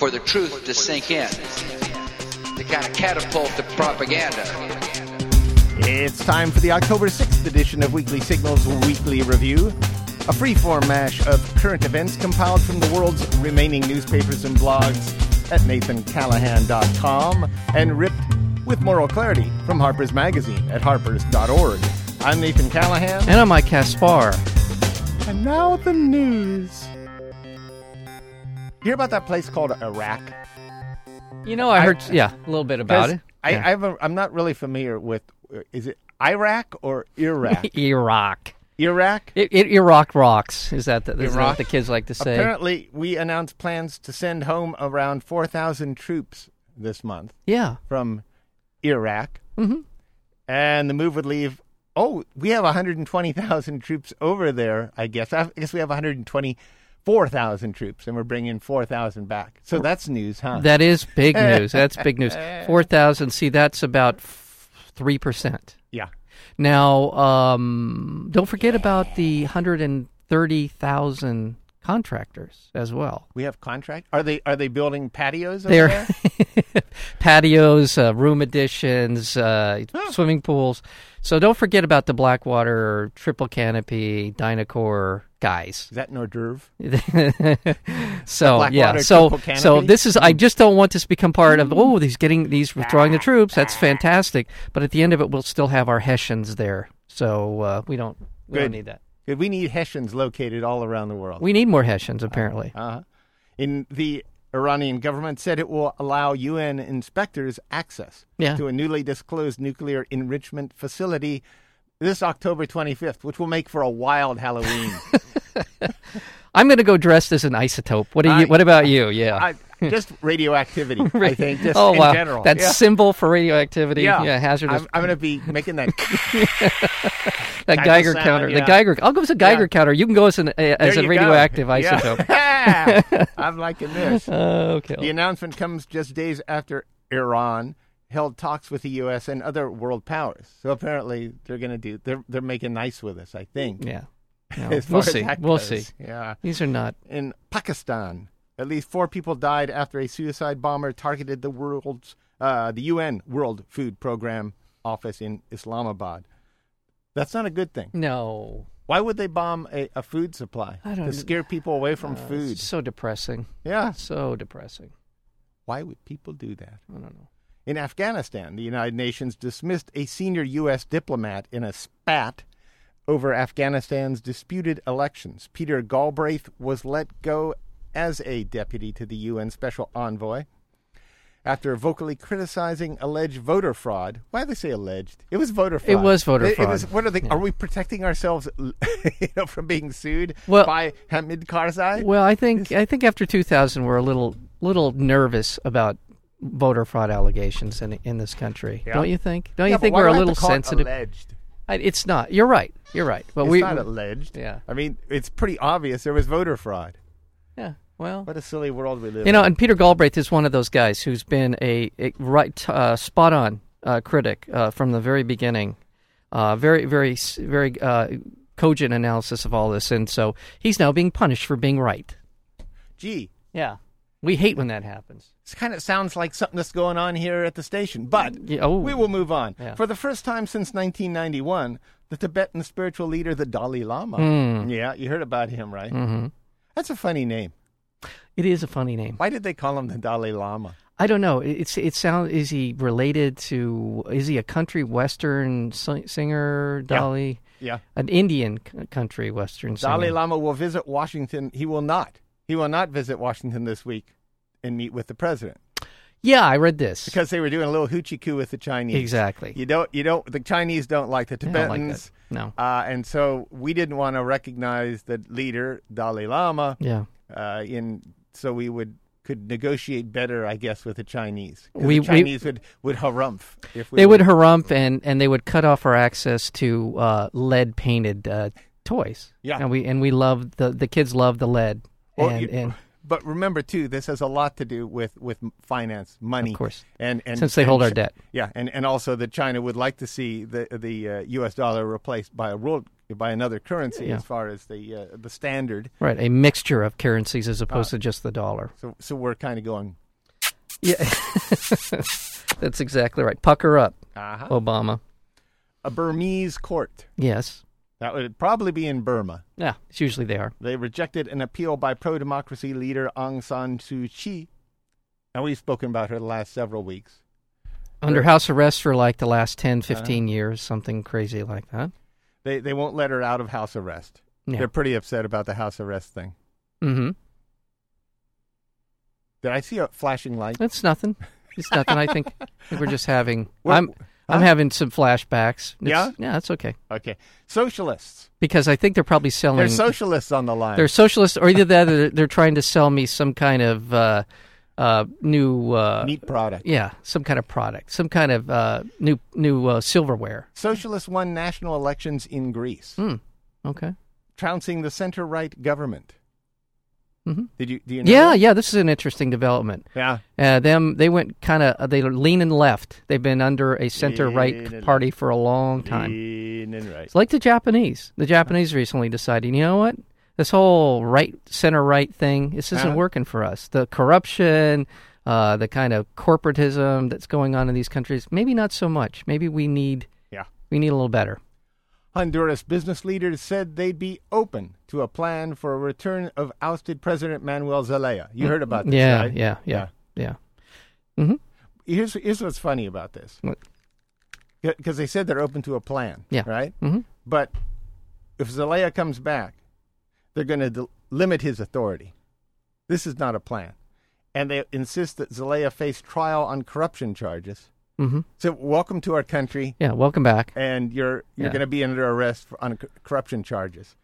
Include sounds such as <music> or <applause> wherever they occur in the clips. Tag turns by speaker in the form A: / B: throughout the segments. A: the truth to sink in, to kind of catapult the propaganda.
B: It's time for the October 6th edition of Weekly Signals Weekly Review, a freeform mash of current events compiled from the world's remaining newspapers and blogs at nathancallahan.com and ripped with moral clarity from Harper's Magazine at harpers.org. I'm Nathan Callahan,
C: And I'm Mike Caspar.
B: and now the news. You hear about that place called Iraq?
C: You know, I, heard, yeah, a little bit about
B: 'Cause
C: it.
B: I,
C: Yeah.
B: I have a, I'm not really familiar with. Is it Iraq or
C: <laughs>
B: Iraq?
C: Iraq.
B: Iraq.
C: It, it, Iraq rocks. Is that, the, is that
B: Iraq?
C: what the kids like to say?
B: Apparently, we announced plans to send home around 4,000 troops this month
C: yeah.
B: from Iraq. Mm-hmm. And the move would leave. Oh, we have 120,000 troops over there, I guess. I guess we have 124,000 troops, and we're bringing 4,000 back. So that's news, huh?
C: That is
B: <laughs>
C: big news. That's big news. 4,000, see, that's about f- 3%.
B: yeah.
C: Now, um, don't forget about the 130,000 contractors as well.
B: We have contract. Are they are they building patios over
C: They're
B: there?
C: <laughs> patios, uh, room additions, uh, swimming pools. So don't forget about the Blackwater Triple Canopy Dynacore guys.
B: Is
C: <laughs>
B: that an hors d'oeuvre?
C: so yeah,
B: Blackwater
C: so
B: Triple
C: so
B: Canopy?
C: this is I just don't want this to become part of oh he's getting he's withdrawing the troops that's fantastic but at the end of it we'll still have our Hessians there so uh, we don't we
B: Good.
C: don't need that
B: Good. We need Hessians located all around the world.
C: we need more Hessians apparently
B: Uh-huh. In the Iranian government said it will allow UN inspectors access
C: Yeah.
B: to a newly disclosed nuclear enrichment facility this October 25th, which will make for a wild
C: <laughs>
B: Halloween.
C: I'm gonna go dressed as an isotope what do you
B: I-
C: what about you yeah
B: I, just radioactivity, I think, just
C: oh
B: in
C: wow
B: general.
C: that
B: Yeah.
C: symbol for radioactivity yeah, hazardous
B: I'm, I'm going to be making that.
C: that
B: Type of
C: Geiger
B: sound,
C: counter
B: yeah.
C: the Geiger I'll go as a Geiger
B: Yeah.
C: counter you can go as an <laughs> as
B: There
C: a
B: you go.
C: radioactive
B: Yeah. <laughs>
C: <laughs> isotope
B: I'm liking this.
C: Uh, okay
B: The announcement comes just days after Iran held talks with the U.S. and other world powers. So apparently, they're going to do. They're they're making nice with us. I think.
C: yeah <laughs> No,
B: <laughs> As
C: we'll
B: far as
C: see
B: that
C: we'll
B: goes.
C: see
B: Yeah.
C: these are not
B: In Pakistan, at least four people died after a suicide bomber targeted the world's uh, the UN World Food Program office in Islamabad. That's not a good thing.
C: no.
B: Why would they bomb a, a food supply
C: I don't-
B: to scare people away from
C: Uh,
B: food?
C: it's So depressing.
B: Yeah.
C: So depressing.
B: Why would people do that?
C: I don't know.
B: In Afghanistan, the United Nations dismissed a senior U.S. diplomat in a spat over Afghanistan's disputed elections. Peter Galbraith was let go as a deputy to the UN Special Envoy after vocally criticizing alleged voter fraud. Why do they say alleged? It was voter fraud.
C: was voter
B: It- it
C: fraud.
B: was- what are they? Are we protecting ourselves, <laughs> you know, from being sued
C: Well-
B: by Hamid Karzai?
C: Well, I think I think after 2000 we're a little little nervous about voter fraud allegations in in this country. Don't you think? Don't
B: Yeah,
C: you
B: but
C: think
B: why
C: we're
B: do
C: a
B: I have to
C: little
B: call it
C: sensitive?
B: Alleged.
C: I, it's not. You're right. You're right. But
B: It's
C: we
B: not alleged.
C: Yeah.
B: I mean, it's pretty obvious there was voter fraud.
C: Yeah. Well,
B: What a silly world we live
C: you know,
B: in.
C: and Peter Galbraith is one of those guys who's been a, a right uh, spot on uh, critic uh, from the very beginning. Uh, very very s- very uh, cogent analysis of all this and so he's now being punished for being right.
B: Gee,
C: Yeah. We hate when that happens.
B: this kind of sounds like something that's going on here at the station, but
C: Yeah, oh.
B: we will move on.
C: Yeah.
B: For the first time since 1991, the Tibetan spiritual leader, the Dalai Lama. Yeah, you heard about him, right?
C: hmm
B: That's a funny name.
C: It is a funny name.
B: Why did they call him the Dalai Lama?
C: I don't know. It- It's it sounds. Is he related to? Is he a country western si- singer? Dolly,
B: Yeah.
C: an Indian c- country western singer.
B: Dalai Lama will visit Washington. He will not. He will not visit Washington this week and meet with the president
C: Yeah, I read this.
B: because they were doing a little hoochie coo with the Chinese.
C: exactly.
B: You don't. You don't. The Chinese don't like the
C: I
B: Tibetans.
C: don't like that. No.
B: Uh, and so we didn't want to recognize the leader Dalai Lama
C: Yeah.
B: uh, in so we would could negotiate better, I guess, with the Chinese. 'Cause
C: We-
B: the
C: we-
B: Chinese would would harumph if we
C: they would harump and and they would cut off our access to uh, lead painted uh, toys.
B: Yeah.
C: and we and we love the the kids love the lead.
B: Or
C: and,
B: you-
C: and
B: But remember too, this has a lot to do with with finance, money,
C: Of course.
B: and and
C: Since they
B: and
C: hold our
B: Chi-
C: debt.
B: Yeah, and and also that China would like to see the the uh, U.S. dollar replaced by a world by another currency
C: Yeah.
B: as far as the uh, the standard.
C: right, a mixture of currencies as opposed to just the dollar.
B: So so we're kind of going
C: Yeah, <laughs> that's exactly right. Pucker up,
B: Uh-huh.
C: Obama.
B: A Burmese court.
C: Yes.
B: That would probably be in Burma.
C: Yeah, it's usually they are.
B: They rejected an appeal by pro democracy leader Aung San Suu Kyi. And we've spoken about her the last several weeks.
C: Under house arrest for like the last 10,
B: Uh-huh.
C: 15 years, something crazy like that.
B: They, they won't let her out of house arrest.
C: Yeah.
B: They're pretty upset about the house arrest thing.
C: Mm-hmm.
B: Did I see a flashing light?
C: It's nothing. It's nothing. I think, <laughs> I think we're just having.
B: We're-
C: I'm I'm
B: huh?
C: having some flashbacks. It's-
B: Yeah?
C: Yeah, that's okay
B: Okay. Socialists.
C: because I think they're probably selling.
B: There's socialists on the line.
C: they're socialists, or either that, or they're, they're trying to sell me some kind of uh, uh, new. Uh,
B: Neat product.
C: yeah, some kind of product, some kind of uh, new new uh, silverware.
B: Socialists won national elections in Greece,
C: Hmm. Okay.
B: trouncing the center right government.
C: Mhm.
B: Did you, do you know?
C: Yeah,
B: that?
C: yeah. This is an interesting development.
B: Yeah.
C: Uh, them they went kind of they lean and left. They've been under a center
B: Lean
C: right
B: and
C: party for a long time.
B: Lean and right.
C: It's like the Japanese. The Japanese recently decided, you know what? This whole right center right thing, this isn't
B: Uh-huh.
C: working for us. The corruption, uh, the kind of corporatism that's going on in these countries, maybe not so much. Maybe we need
B: Yeah.
C: we need a little better.
B: Honduras business leaders said they'd be open to a plan for a return of ousted President Manuel Zelaya. You heard about this,
C: yeah,
B: right?
C: yeah, yeah, yeah, Mm-hmm.
B: Here's, here's what's funny about this.
C: What?
B: Because they said they're open to a plan,
C: Yeah.
B: right?
C: hmm
B: But if Zelaya comes back, they're going to d- limit his authority. This is not a plan. And they insist that Zelaya face trial on corruption charges.
C: hmm
B: So, welcome to our country,
C: Yeah, welcome back.
B: and you're you're
C: Yeah.
B: going to be under arrest for, on c- corruption charges,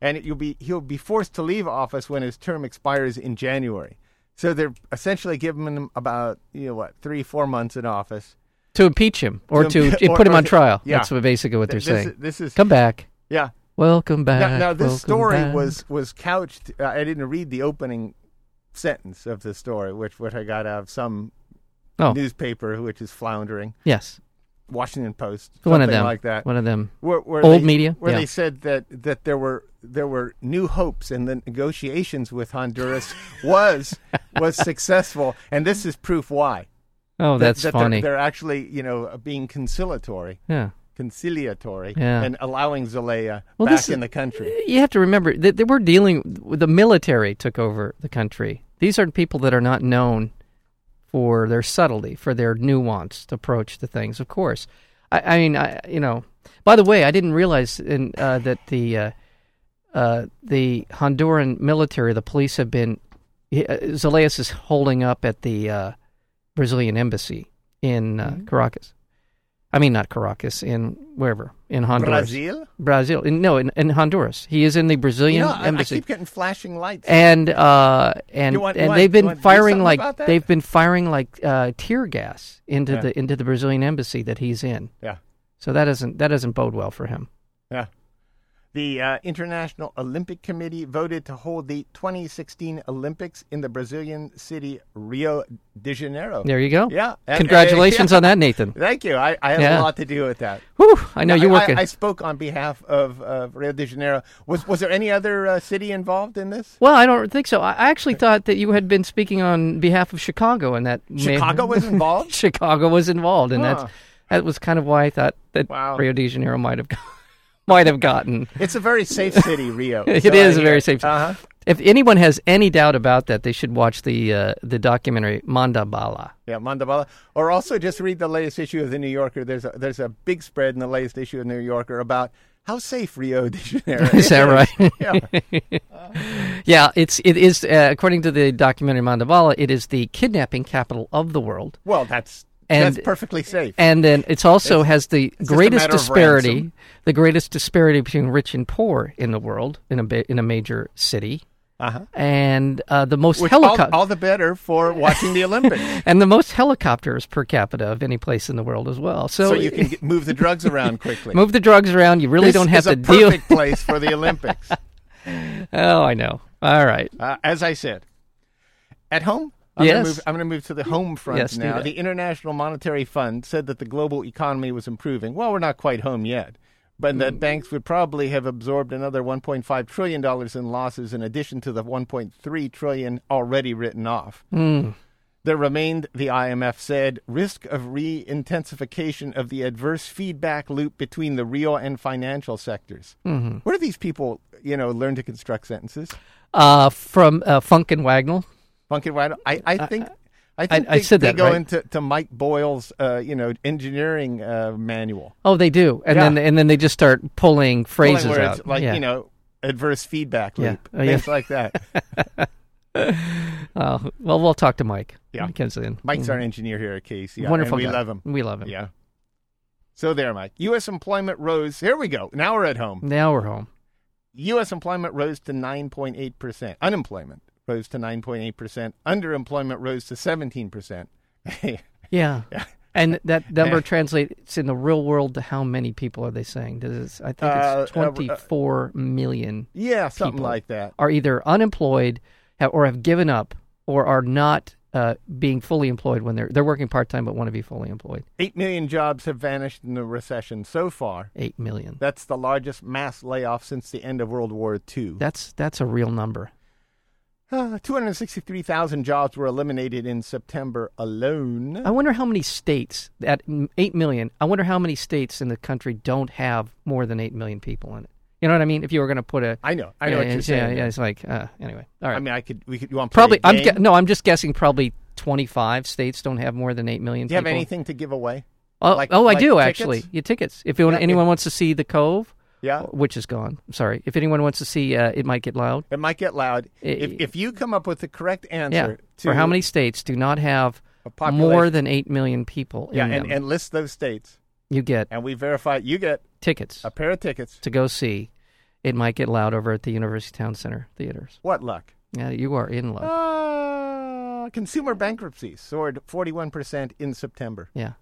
B: and you'll be he'll be forced to leave office when his term expires in January. So they're essentially giving him about you know what three four months in office.
C: To impeach him or
B: To
C: to,
B: impe-
C: to
B: or-
C: put him
B: or
C: on
B: to-
C: trial.
B: yeah.
C: That's what basically what they're
B: Th- this,
C: saying.
B: This is
C: Come back.
B: yeah.
C: Welcome back.
B: Now, now this
C: Uh, Welcome
B: story
C: back.
B: was was couched. Uh, I didn't read the opening sentence of the story, which which I got out of some
C: Oh,
B: newspaper, which is floundering,
C: yes.
B: Washington Post,
C: One of
B: something
C: them.
B: like that.
C: One of them.
B: where, where
C: Old
B: they,
C: media?
B: where
C: Yeah.
B: they said that that there were there were new hopes and the negotiations with Honduras was was
C: <laughs>
B: successful, and this is proof why.
C: Oh,
B: That-
C: that's
B: that, they're-
C: funny.
B: They're, actually you know being conciliatory,
C: yeah.
B: conciliatory,
C: Yeah.
B: and allowing Zelaya
C: Well,
B: back
C: this is-
B: in the country.
C: You have to remember that, that we're dealing with the military took over the country. These are people that are not known for their subtlety, for their nuanced approach to things. Of course, I, I mean, I you know. By the way, I didn't realize in, uh, that the uh, uh, the Honduran military, the police have been. he- uh, Zelaya is holding up at the uh, Brazilian embassy in uh, Caracas. I mean, not Caracas, in wherever in Honduras.
B: Brazil.
C: Brazil. In, no, in, in Honduras. He is in the
B: You
C: Brazilian
B: know, I, I
C: embassy.
B: keep getting flashing lights.
C: and uh, and
B: You want- you
C: and
B: want-
C: they've
B: you
C: been
B: want to do
C: firing
B: something
C: like
B: about that?
C: they've been firing like uh, tear gas into
B: Yeah.
C: the into the Brazilian embassy that he's in.
B: yeah,
C: So that doesn't that doesn't bode well for him.
B: yeah. The uh, International Olympic Committee voted to hold the 2016 Olympics in the Brazilian city Rio de Janeiro.
C: There you go.
B: <laughs> Yeah. And-
C: Congratulations on that, Nathan.
B: Thank you. I, I have a
C: Yeah.
B: lot to do with that.
C: Whew, I know you
B: I-
C: work.
B: I,
C: at-
B: I spoke on behalf of uh, Rio de Janeiro. Was was there any other uh, city involved in this?
C: well, I don't think so. I I actually thought that you had been speaking on behalf of Chicago, and that may-
B: Chicago
C: <laughs>
B: was involved.
C: Chicago was involved, and
B: Huh.
C: that's that was kind of why I thought that
B: Wow.
C: Rio de Janeiro might have <laughs> might have gotten.
B: It's a very safe city, Rio.
C: <laughs> It
B: So
C: is
B: I
C: a very
B: hear.
C: safe city.
B: Uh-huh.
C: If anyone has any doubt about that, they should watch the uh, the documentary Mandabala.
B: Yeah, Mandabala. Or also just read the latest issue of the New Yorker. There's a, there's a big spread in the latest issue of the New Yorker about how safe Rio <laughs> de Janeiro
C: Is that right?
B: yeah.
C: yeah, it's it is uh, according to the documentary Mandabala, it is the kidnapping capital of the world,
B: Well, that's
C: And-
B: that's perfectly safe.
C: and then it's also has the
B: just a
C: greatest
B: matter of
C: disparity,
B: ransom.
C: the greatest disparity between rich and poor in the world in a bi- in a major city,
B: Uh-huh.
C: and uh, the most
B: Which all,
C: helicopter.
B: all the better for watching the Olympics.
C: and the most helicopters per capita of any place in the world as well. <laughs> So,
B: so you can get, move the drugs around quickly.
C: move the drugs around. You really
B: This
C: don't have
B: is a
C: to deal.
B: perfect place for the Olympics.
C: Oh, I know. All right.
B: Uh, as I said, at home. I'm
C: Yes.
B: Gonna move, I'm going to move to the home front
C: Yes, do
B: now.
C: that.
B: The International Monetary Fund said that the global economy was improving. Well, we're not quite home yet, but
C: Mm.
B: that banks would probably have absorbed another 1.5 trillion
C: Mm.
B: dollars in losses in addition to the 1.3 trillion already written off. There remained, the IMF said, risk of re intensification of the adverse feedback loop between the real and financial sectors. Mm-hmm. Where do these people, you know, learn to construct sentences?
C: Uh, from uh, Funk and Wagnall.
B: Funky Wide. I, I think. I,
C: I-
B: think
C: Uh, I
B: they,
C: said
B: they
C: that,
B: go
C: right?
B: into to Mike Boyle's, uh, you know, engineering uh, manual.
C: Oh, they do, and
B: Yeah.
C: then and then they just start pulling phrases
B: Like where it's
C: out.
B: like
C: yeah.
B: you know, adverse feedback
C: Yeah.
B: loop,
C: Oh, yeah.
B: things like
C: <laughs>
B: that.
C: Oh, well, we'll talk to Mike.
B: Yeah.
C: McKenzie.
B: Mike's our engineer here at KCI.
C: wonderful.
B: and we
C: guy.
B: love him.
C: We love him.
B: Yeah. So there, Mike. U.S. employment rose. Here we go. Now we're at home.
C: Now we're home.
B: U.S. employment rose to 9.8%. Unemployment rose to 9.8%. Underemployment rose to <laughs> 17%.
C: Yeah. And that
B: <laughs>
C: number
B: Yeah.
C: translates in the real world to how many people are they saying? This is, I think
B: Uh,
C: it's
B: uh, uh,
C: twenty-four million
B: yeah, something
C: People.
B: like that.
C: are either unemployed ha- or have given up or are not uh, being fully employed when they're they're working part time but want to be fully employed.
B: 8 million jobs have vanished in the recession so far.
C: Eight million.
B: That's the largest mass layoff since the end of World War II.
C: That's that's a real number.
B: Ah, 263,000 jobs were eliminated in September alone.
C: I wonder how many states at m- eight million. I wonder how many states in the country don't have more than eight million people in it. You know what I mean? If you were going to put a,
B: I know. I know
C: yeah,
B: what you're saying.
C: Yeah, yeah, it's like uh, anyway. All right.
B: I mean, I could. We could. You want to play
C: probably.
B: a
C: I'm
B: game?
C: gu- no. I'm just guessing. Probably 25 states don't have more than eight million.
B: Do you have
C: people.
B: anything to give away?
C: Oh,
B: like-
C: oh,
B: like
C: I do
B: tickets?
C: actually. Your tickets. If you want,
B: Yeah,
C: anyone
B: yeah.
C: wants to see the Cove,
B: Yeah.
C: which is gone. I'm sorry. If anyone wants to see, uh, it might get loud.
B: It might get loud. If,
C: Eh,
B: if you come up with the correct
C: Yeah.
B: answer to
C: For how many states do not have
B: A population-
C: more than eight million people
B: yeah,
C: in
B: and,
C: them?
B: and list those states,
C: you get
B: and we verify you get
C: tickets
B: a pair of tickets.
C: to go see. It might get loud over at the University Town Center theaters.
B: What luck?
C: Yeah, you are in luck.
B: Uh, consumer bankruptcy soared forty-one percent in September.
C: yeah.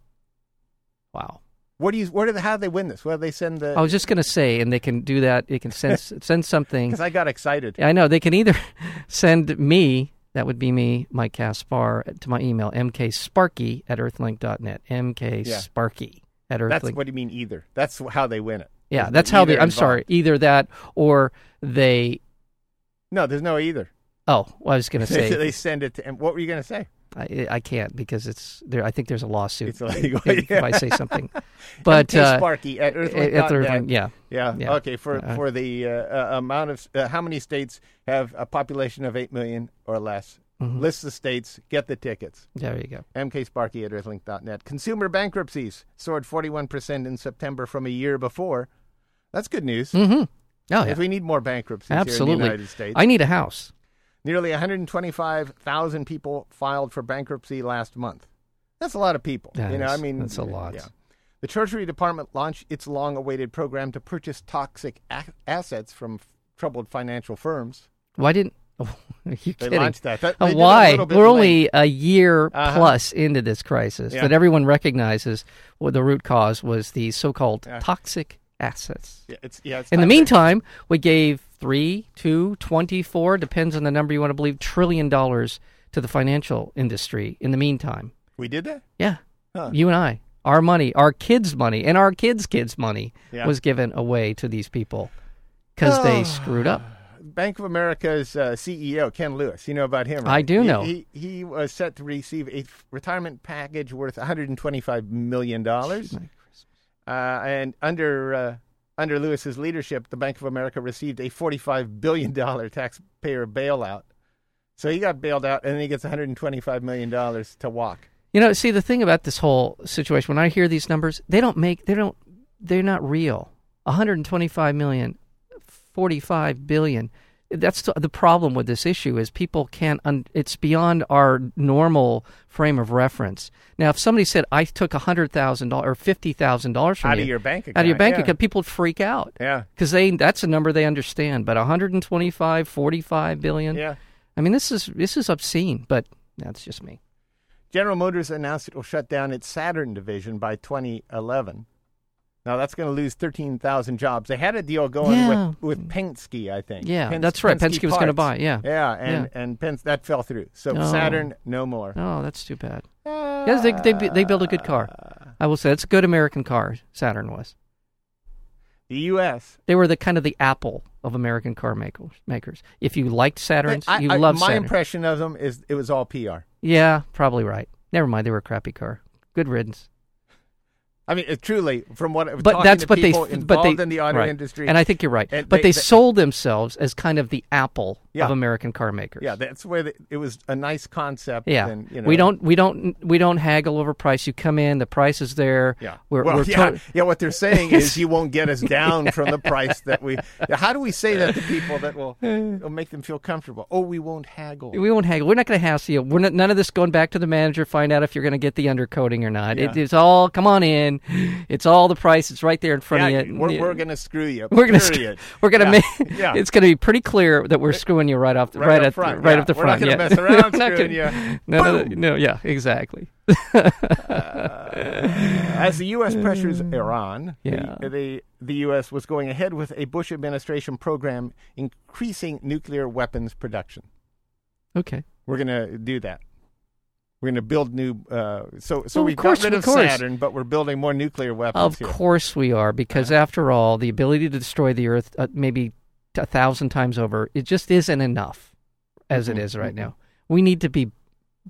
C: Wow.
B: What do you? Where do they, how do they win this? Where do they send
C: I
B: the?
C: was just gonna say, and they can do that. They can
B: <laughs>
C: send send something.
B: Because I got excited.
C: I know they can either <laughs> send me, that would be me, Mike Caspar, to my email, mksparky at earthlink.net. mksparky at earthlink.
B: That's what do you mean? Either that's how they win it.
C: yeah,
B: There's
C: that's
B: no
C: how they,
B: either
C: I'm sorry,
B: involved.
C: either that or they,
B: No, there's no either.
C: oh, well, I was
B: <laughs>
C: going to
B: They,
C: say,
B: they send it to. And what were you going to say?
C: I, I can't because it's there. I think there's a lawsuit
B: It's illegal. <laughs>
C: if, if I say something. But,
B: MK
C: uh,
B: Sparky at
C: at
B: Earthlink. dot net.
C: earthlink, yeah.
B: Yeah.
C: Yeah.
B: Okay. For
C: Uh,
B: for the uh, uh, amount of uh, how many states have a population of eight million or less?
C: Mm-hmm.
B: List the states. Get the tickets.
C: There you go.
B: MKSparky at earthlink.net. Consumer bankruptcies soared 41% in September from a year before. That's good news.
C: Oh, yeah.
B: If we need more bankruptcies here in the
C: Absolutely.
B: United States.
C: I need a house.
B: Nearly 125,000 people filed for bankruptcy last month. That's a lot of people.
C: That
B: you know,
C: is-
B: I mean,
C: that's a lot.
B: Yeah. The Treasury Department launched its long-awaited program to purchase toxic a- assets from f- troubled financial firms.
C: Why didn't <laughs> are you
B: They
C: kidding?
B: launched that. That-
C: Uh,
B: they did that a
C: why?
B: little bit
C: We're
B: late.
C: only a year
B: Uh-huh.
C: plus into this crisis
B: Yeah.
C: that everyone recognizes what the root cause was the so-called
B: Yeah.
C: toxic assets.
B: Yeah, it's, yeah, it's
C: In
B: not
C: the
B: very-
C: meantime, we gave three, two, twenty-four, depends on the number you want to believe, trillion dollars to the financial industry. In the meantime,
B: we did that.
C: yeah,
B: Huh.
C: you and I, our money, our kids' money, and our kids' kids' money
B: Yeah.
C: was given away to these people because
B: Oh.
C: they screwed up.
B: Bank of America's uh, CEO Ken Lewis. You know about him?
C: I do
B: He-
C: know.
B: He, he was set to receive a f- retirement package worth 125 million dollars. Uh, and under uh, under Lewis's leadership, the Bank of America received a 45 billion dollar taxpayer bailout. So he got bailed out, and then he gets 125 million dollars to walk.
C: You know, see the thing about this whole situation when I hear these numbers, they don't make they don't they're not real. 125 million, 45 billion. That's the- the problem with this issue is people can't un, it's beyond our normal frame of reference. Now, if somebody said I took $100,000 or $50,000 from
B: Out
C: you,
B: of your bank
C: out of your
B: account,
C: bank
B: yeah.
C: account, people would freak out.
B: Yeah,
C: Cuz they that's a number they understand, but 125, 45 billion.
B: yeah.
C: I mean, this is this is obscene, but that's just me.
B: General Motors announced it will shut down its Saturn division by 2011. Now that's going to lose 13,000 jobs. They had a deal going
C: Yeah.
B: with, with Penske, I think.
C: Yeah,
B: Pens-
C: that's right. Penske was gonna
B: parts.
C: buy, yeah.
B: Yeah, and and Pens- that fell through. So
C: Oh.
B: Saturn, no more.
C: Oh, that's too bad. Yes, they they bu- they build a good car. I will say it's a good American car. Saturn was.
B: The U.S.
C: They were the kind of the Apple of American car makers. Makers. If you liked Saturns,
B: I-
C: you
B: I-
C: loved
B: my
C: Saturn.
B: impression of them is it was all PR.
C: Yeah, probably right. Never mind. They were a crappy car. Good riddance.
B: I mean, uh, truly, from what
C: But
B: talking
C: that's
B: to
C: what they.
B: people
C: But
B: involved
C: they
B: in the auto
C: right.
B: industry,
C: And I think you're right.
B: And
C: but
B: they-
C: they,
B: they-
C: sold themselves as kind of the Apple
B: Yeah.
C: of American car makers.
B: yeah, that's where the, it was a nice concept.
C: Yeah,
B: and, you
C: we
B: know,
C: don't we don't we don't haggle over price. You come in, the price is there.
B: Yeah.
C: we're,
B: well,
C: we're
B: yeah,
C: to-
B: yeah. What they're saying
C: <laughs>
B: is you won't get us down from the price that we. How do we say that to people that will, will make them feel comfortable? Oh, we won't haggle.
C: we won't haggle. We're not going to hassle you. We're not, none of this going back to the manager. Find out if you're going to get the undercoating or not. It,
B: Yeah.
C: it's all come on in. It's all the price. It's right there in front
B: yeah,
C: of you.
B: we're,
C: Yeah.
B: we're gonna screw you.
C: <laughs> We're gonna
B: period.
C: sc- <laughs> we're gonna
B: Yeah,
C: make
B: yeah.
C: <laughs> it's gonna be pretty clear that we're screwing you right off the,
B: Right
C: right,
B: up
C: at the-
B: front,
C: right
B: yeah.
C: up the
B: We're not
C: front.
B: gonna
C: yeah.
B: mess around
C: <laughs> We're not
B: screwing
C: gonna- <laughs>
B: you.
C: No, no, no, no, yeah,
B: <laughs>
C: exactly. <laughs>
B: Uh, As the U.S. pressures Iran,
C: Uh, Yeah.
B: the, the the U.S. was going ahead with a Bush administration program increasing nuclear weapons production.
C: Okay.
B: We're gonna do that. We're gonna build new. Uh, so so
C: Well, of
B: we've
C: course,
B: got rid
C: of
B: of,
C: course.
B: Saturn, but we're building more nuclear weapons.
C: Of
B: here.
C: course we are, because after all, the ability to destroy the Earth uh, maybe t- a thousand times over, it just isn't enough as
B: Mm-hmm.
C: it is right now. We need to be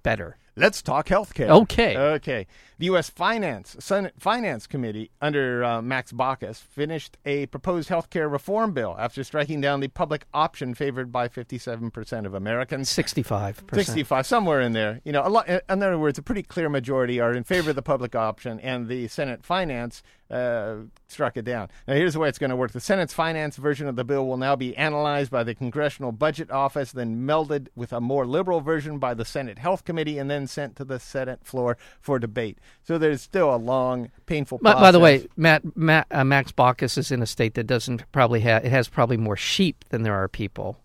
C: better.
B: Let's talk healthcare.
C: Okay.
B: Okay. The U.S. Finance Senate Finance Committee under uh, Max Baucus finished a proposed healthcare reform bill after striking down the public option favored by 57% of Americans.
C: 65%.
B: 65, somewhere in there. You know, a lot. In other words, a pretty clear majority are in favor of the public option, and the Senate Finance uh, struck it down. Now, here's the way it's going to work: the Senate's Finance version of the bill will now be analyzed by the Congressional Budget Office, then melded with a more liberal version by the Senate Health Committee, and then sent to the Senate floor for debate. So there's still a long, painful.
C: By,
B: Process.
C: by the way, Matt, Matt uh, Max Baucus is in a state that doesn't probably have it has probably more sheep than there are people.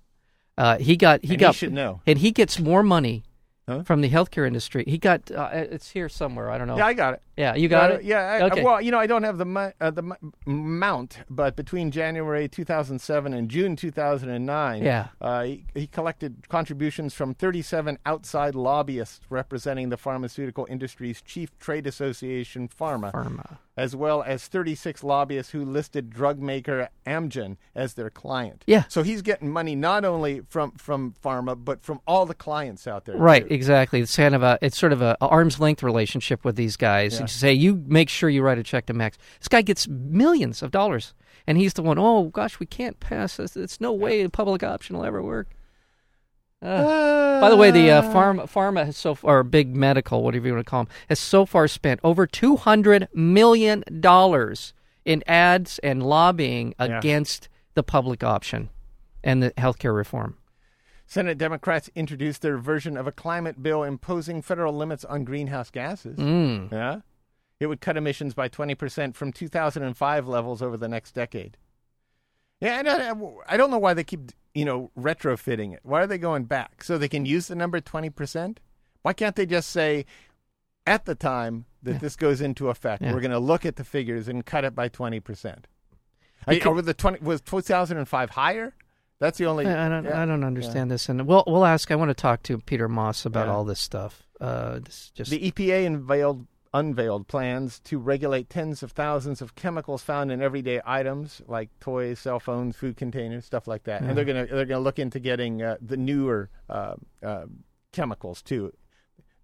C: Uh, he got he
B: And he
C: got
B: should know.
C: and he gets more money
B: Huh?
C: from the healthcare industry. He got uh, it's here somewhere. I don't know.
B: yeah, I got it.
C: Yeah, you got
B: Yeah,
C: it.
B: Yeah. I,
C: okay.
B: Well, you know, I don't have the mu- uh, the mu- mount, but between January 2007 and June 2009,
C: Yeah.
B: uh, he, he collected contributions from 37 outside lobbyists representing the pharmaceutical industry's chief trade association, Pharma,
C: Pharma.
B: as well as 36 lobbyists who listed drug maker Amgen as their client.
C: Yeah.
B: So he's getting money not only from from Pharma, but from all the clients out there.
C: Right,
B: too.
C: exactly. It's kind of a it's sort of a, a arm's length relationship with these guys. And you say you make sure you write a check to Max. This guy gets millions of dollars, and he's the one. Oh gosh, we can't pass this. It's no way the public option will ever work. Uh, by the way, the
B: Ah.
C: uh, pharma, pharma has so far, or big medical, whatever you want to call them, has so far spent over two hundred million dollars in ads and lobbying against the public option and the healthcare reform.
B: Senate Democrats introduced their version of a climate bill imposing federal limits on greenhouse gases.
C: Mm.
B: Yeah. It would cut emissions by 20% from 2005 levels over the next decade. Yeah, and I, I don't know why they keep, you know, retrofitting it. Why are they going back? So they can use the number 20%? Why can't they just say at the time that this goes into effect,
C: Yeah.
B: we're going to look at the figures and cut it by 20%? Are,
C: Because-
B: were the 20 was 2005 higher? That's the only
C: I I don't.
B: yeah.
C: I don't understand this, and we'll we'll ask. I want to talk to Peter Moss about
B: Yeah.
C: all this stuff. Uh, this just
B: The EPA unveiled unveiled plans to regulate tens of thousands of chemicals found in everyday items like toys, cell phones, food containers, stuff like that. And they're
C: Mm-hmm.
B: gonna they're gonna look into getting uh, the newer uh, uh, chemicals too.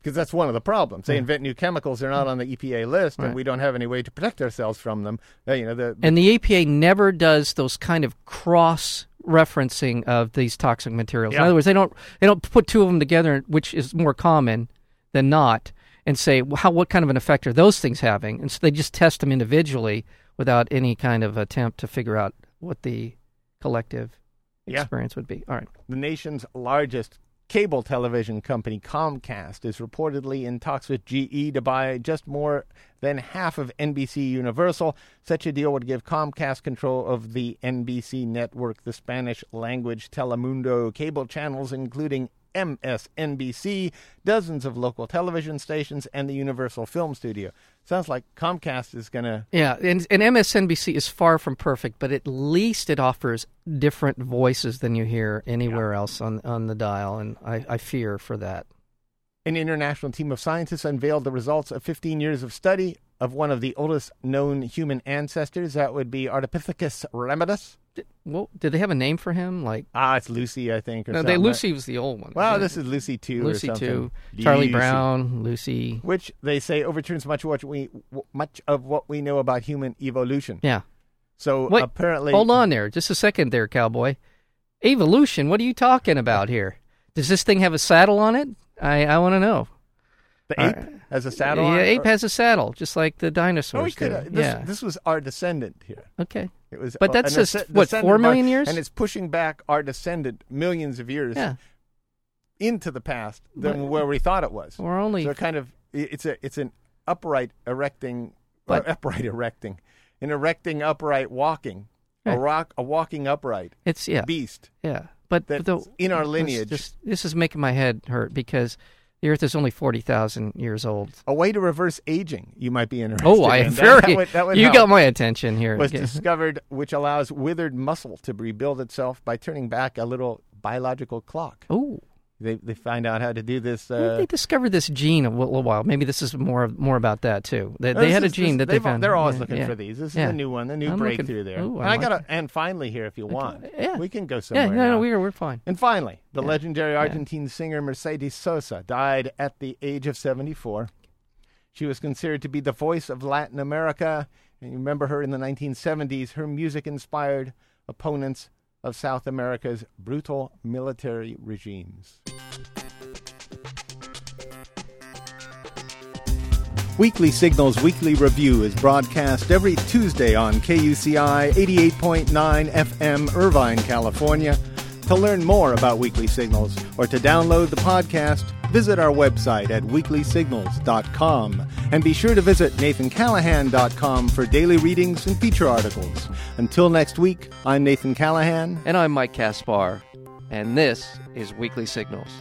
B: Because that's one of the problems. They invent new chemicals; they're not on the EPA list, and
C: Mm. Right.
B: we don't have any way to protect ourselves from them. Uh, you know, the,
C: and the EPA never does those kind of cross referencing of these toxic materials. In
B: Yeah.
C: other words, they don't they don't put two of them together, which is more common than not, and say well, how what kind of an effect are those things having, and so they just test them individually without any kind of attempt to figure out what the collective
B: Yeah.
C: experience would be. All right.
B: The nation's largest cable television company, Comcast, is reportedly in talks with GE to buy just more than half of NBC Universal. Such a deal would give Comcast control of the NBC network, the Spanish language Telemundo cable channels, including MSNBC, dozens of local television stations, and the Universal Film Studio. Sounds like Comcast is going to.
C: Yeah, and, and MSNBC is far from perfect, but at least it offers different voices than you hear anywhere else on, on the dial, and I, I fear for that.
B: An international team of scientists unveiled the results of 15 years of study of one of the oldest known human ancestors. That would be Ardipithecus ramidus.
C: well, did they have a name for him? Like,
B: Ah, it's Lucy, I think. Or
C: no, they
B: something.
C: Lucy was the old one.
B: Well,
C: isn't it?
B: this is Lucy two. or
C: Lucy
B: something.
C: too. Charlie
B: Lucy.
C: Brown, Lucy.
B: which they say overturns much of what we much of what we know about human evolution.
C: Yeah.
B: So
C: Wait,
B: apparently,
C: Hold on there, just a second there, cowboy. Evolution. What are you talking about here? Does this thing have a saddle on it? I I want to know.
B: the
C: all
B: ape
C: right.
B: has a saddle.
C: yeah,
B: on,
C: ape
B: or-
C: has a saddle, just like the
B: Oh, we
C: dinosaurs
B: could-
C: do.
B: uh, this,
C: yeah.
B: this was our descendant here.
C: okay.
B: It was,
C: But
B: uh,
C: that's
B: an
C: just,
B: asce-
C: what, four
B: descendant by-
C: million years?
B: and it's pushing back our descendant millions of years
C: Yeah.
B: into the past than
C: But-
B: where we thought it was.
C: We're only
B: so it kind of i- it's a it's an upright erecting, or
C: But-
B: upright <laughs> erecting, an erecting upright walking,
C: Yeah.
B: a rock a walking upright
C: it's yeah
B: beast.
C: yeah. But
B: that's
C: the,
B: in our
C: this
B: lineage.
C: just- this is making my head hurt because the Earth is only forty thousand
B: <laughs>
C: years old.
B: A way to reverse aging, you might be interested.
C: Oh, I
B: in.
C: am <laughs>
B: That- that
C: very.
B: would- that would
C: you
B: help.
C: got my attention here.
B: was
C: Okay.
B: discovered, which allows withered muscle to rebuild itself by turning back a little biological clock.
C: oh,
B: They they find out how to do this.
C: I think
B: Uh,
C: they discovered this gene a little while. Maybe this is more more about that too. They, they
B: Oh, this
C: had a
B: is-
C: gene
B: this-
C: that they
B: they've-
C: found.
B: They're always
C: Yeah,
B: looking
C: yeah.
B: for these. This
C: Yeah.
B: is a new one, a new
C: I'm looking-
B: breakthrough there.
C: Ooh,
B: and I
C: like
B: gotta and finally here if you want.
C: yeah.
B: we can go somewhere.
C: Yeah, no,
B: now.
C: no, we're we're fine.
B: And finally, the legendary Argentine singer Mercedes Sosa died at the age of 74. She was considered to be the voice of Latin America. And you remember her in the 1970s. Her music inspired opponents of South America's brutal military regimes. Weekly Signals Weekly Review is broadcast every Tuesday on KUCI 88.9 FM, Irvine, California. To learn more about Weekly Signals or to download the podcast, visit our website at weeklysignals.com. And be sure to visit nathancallahan.com for daily readings and feature articles. Until next week, I'm Nathan Callahan.
C: And I'm Mike Caspar, and this is Weekly Signals.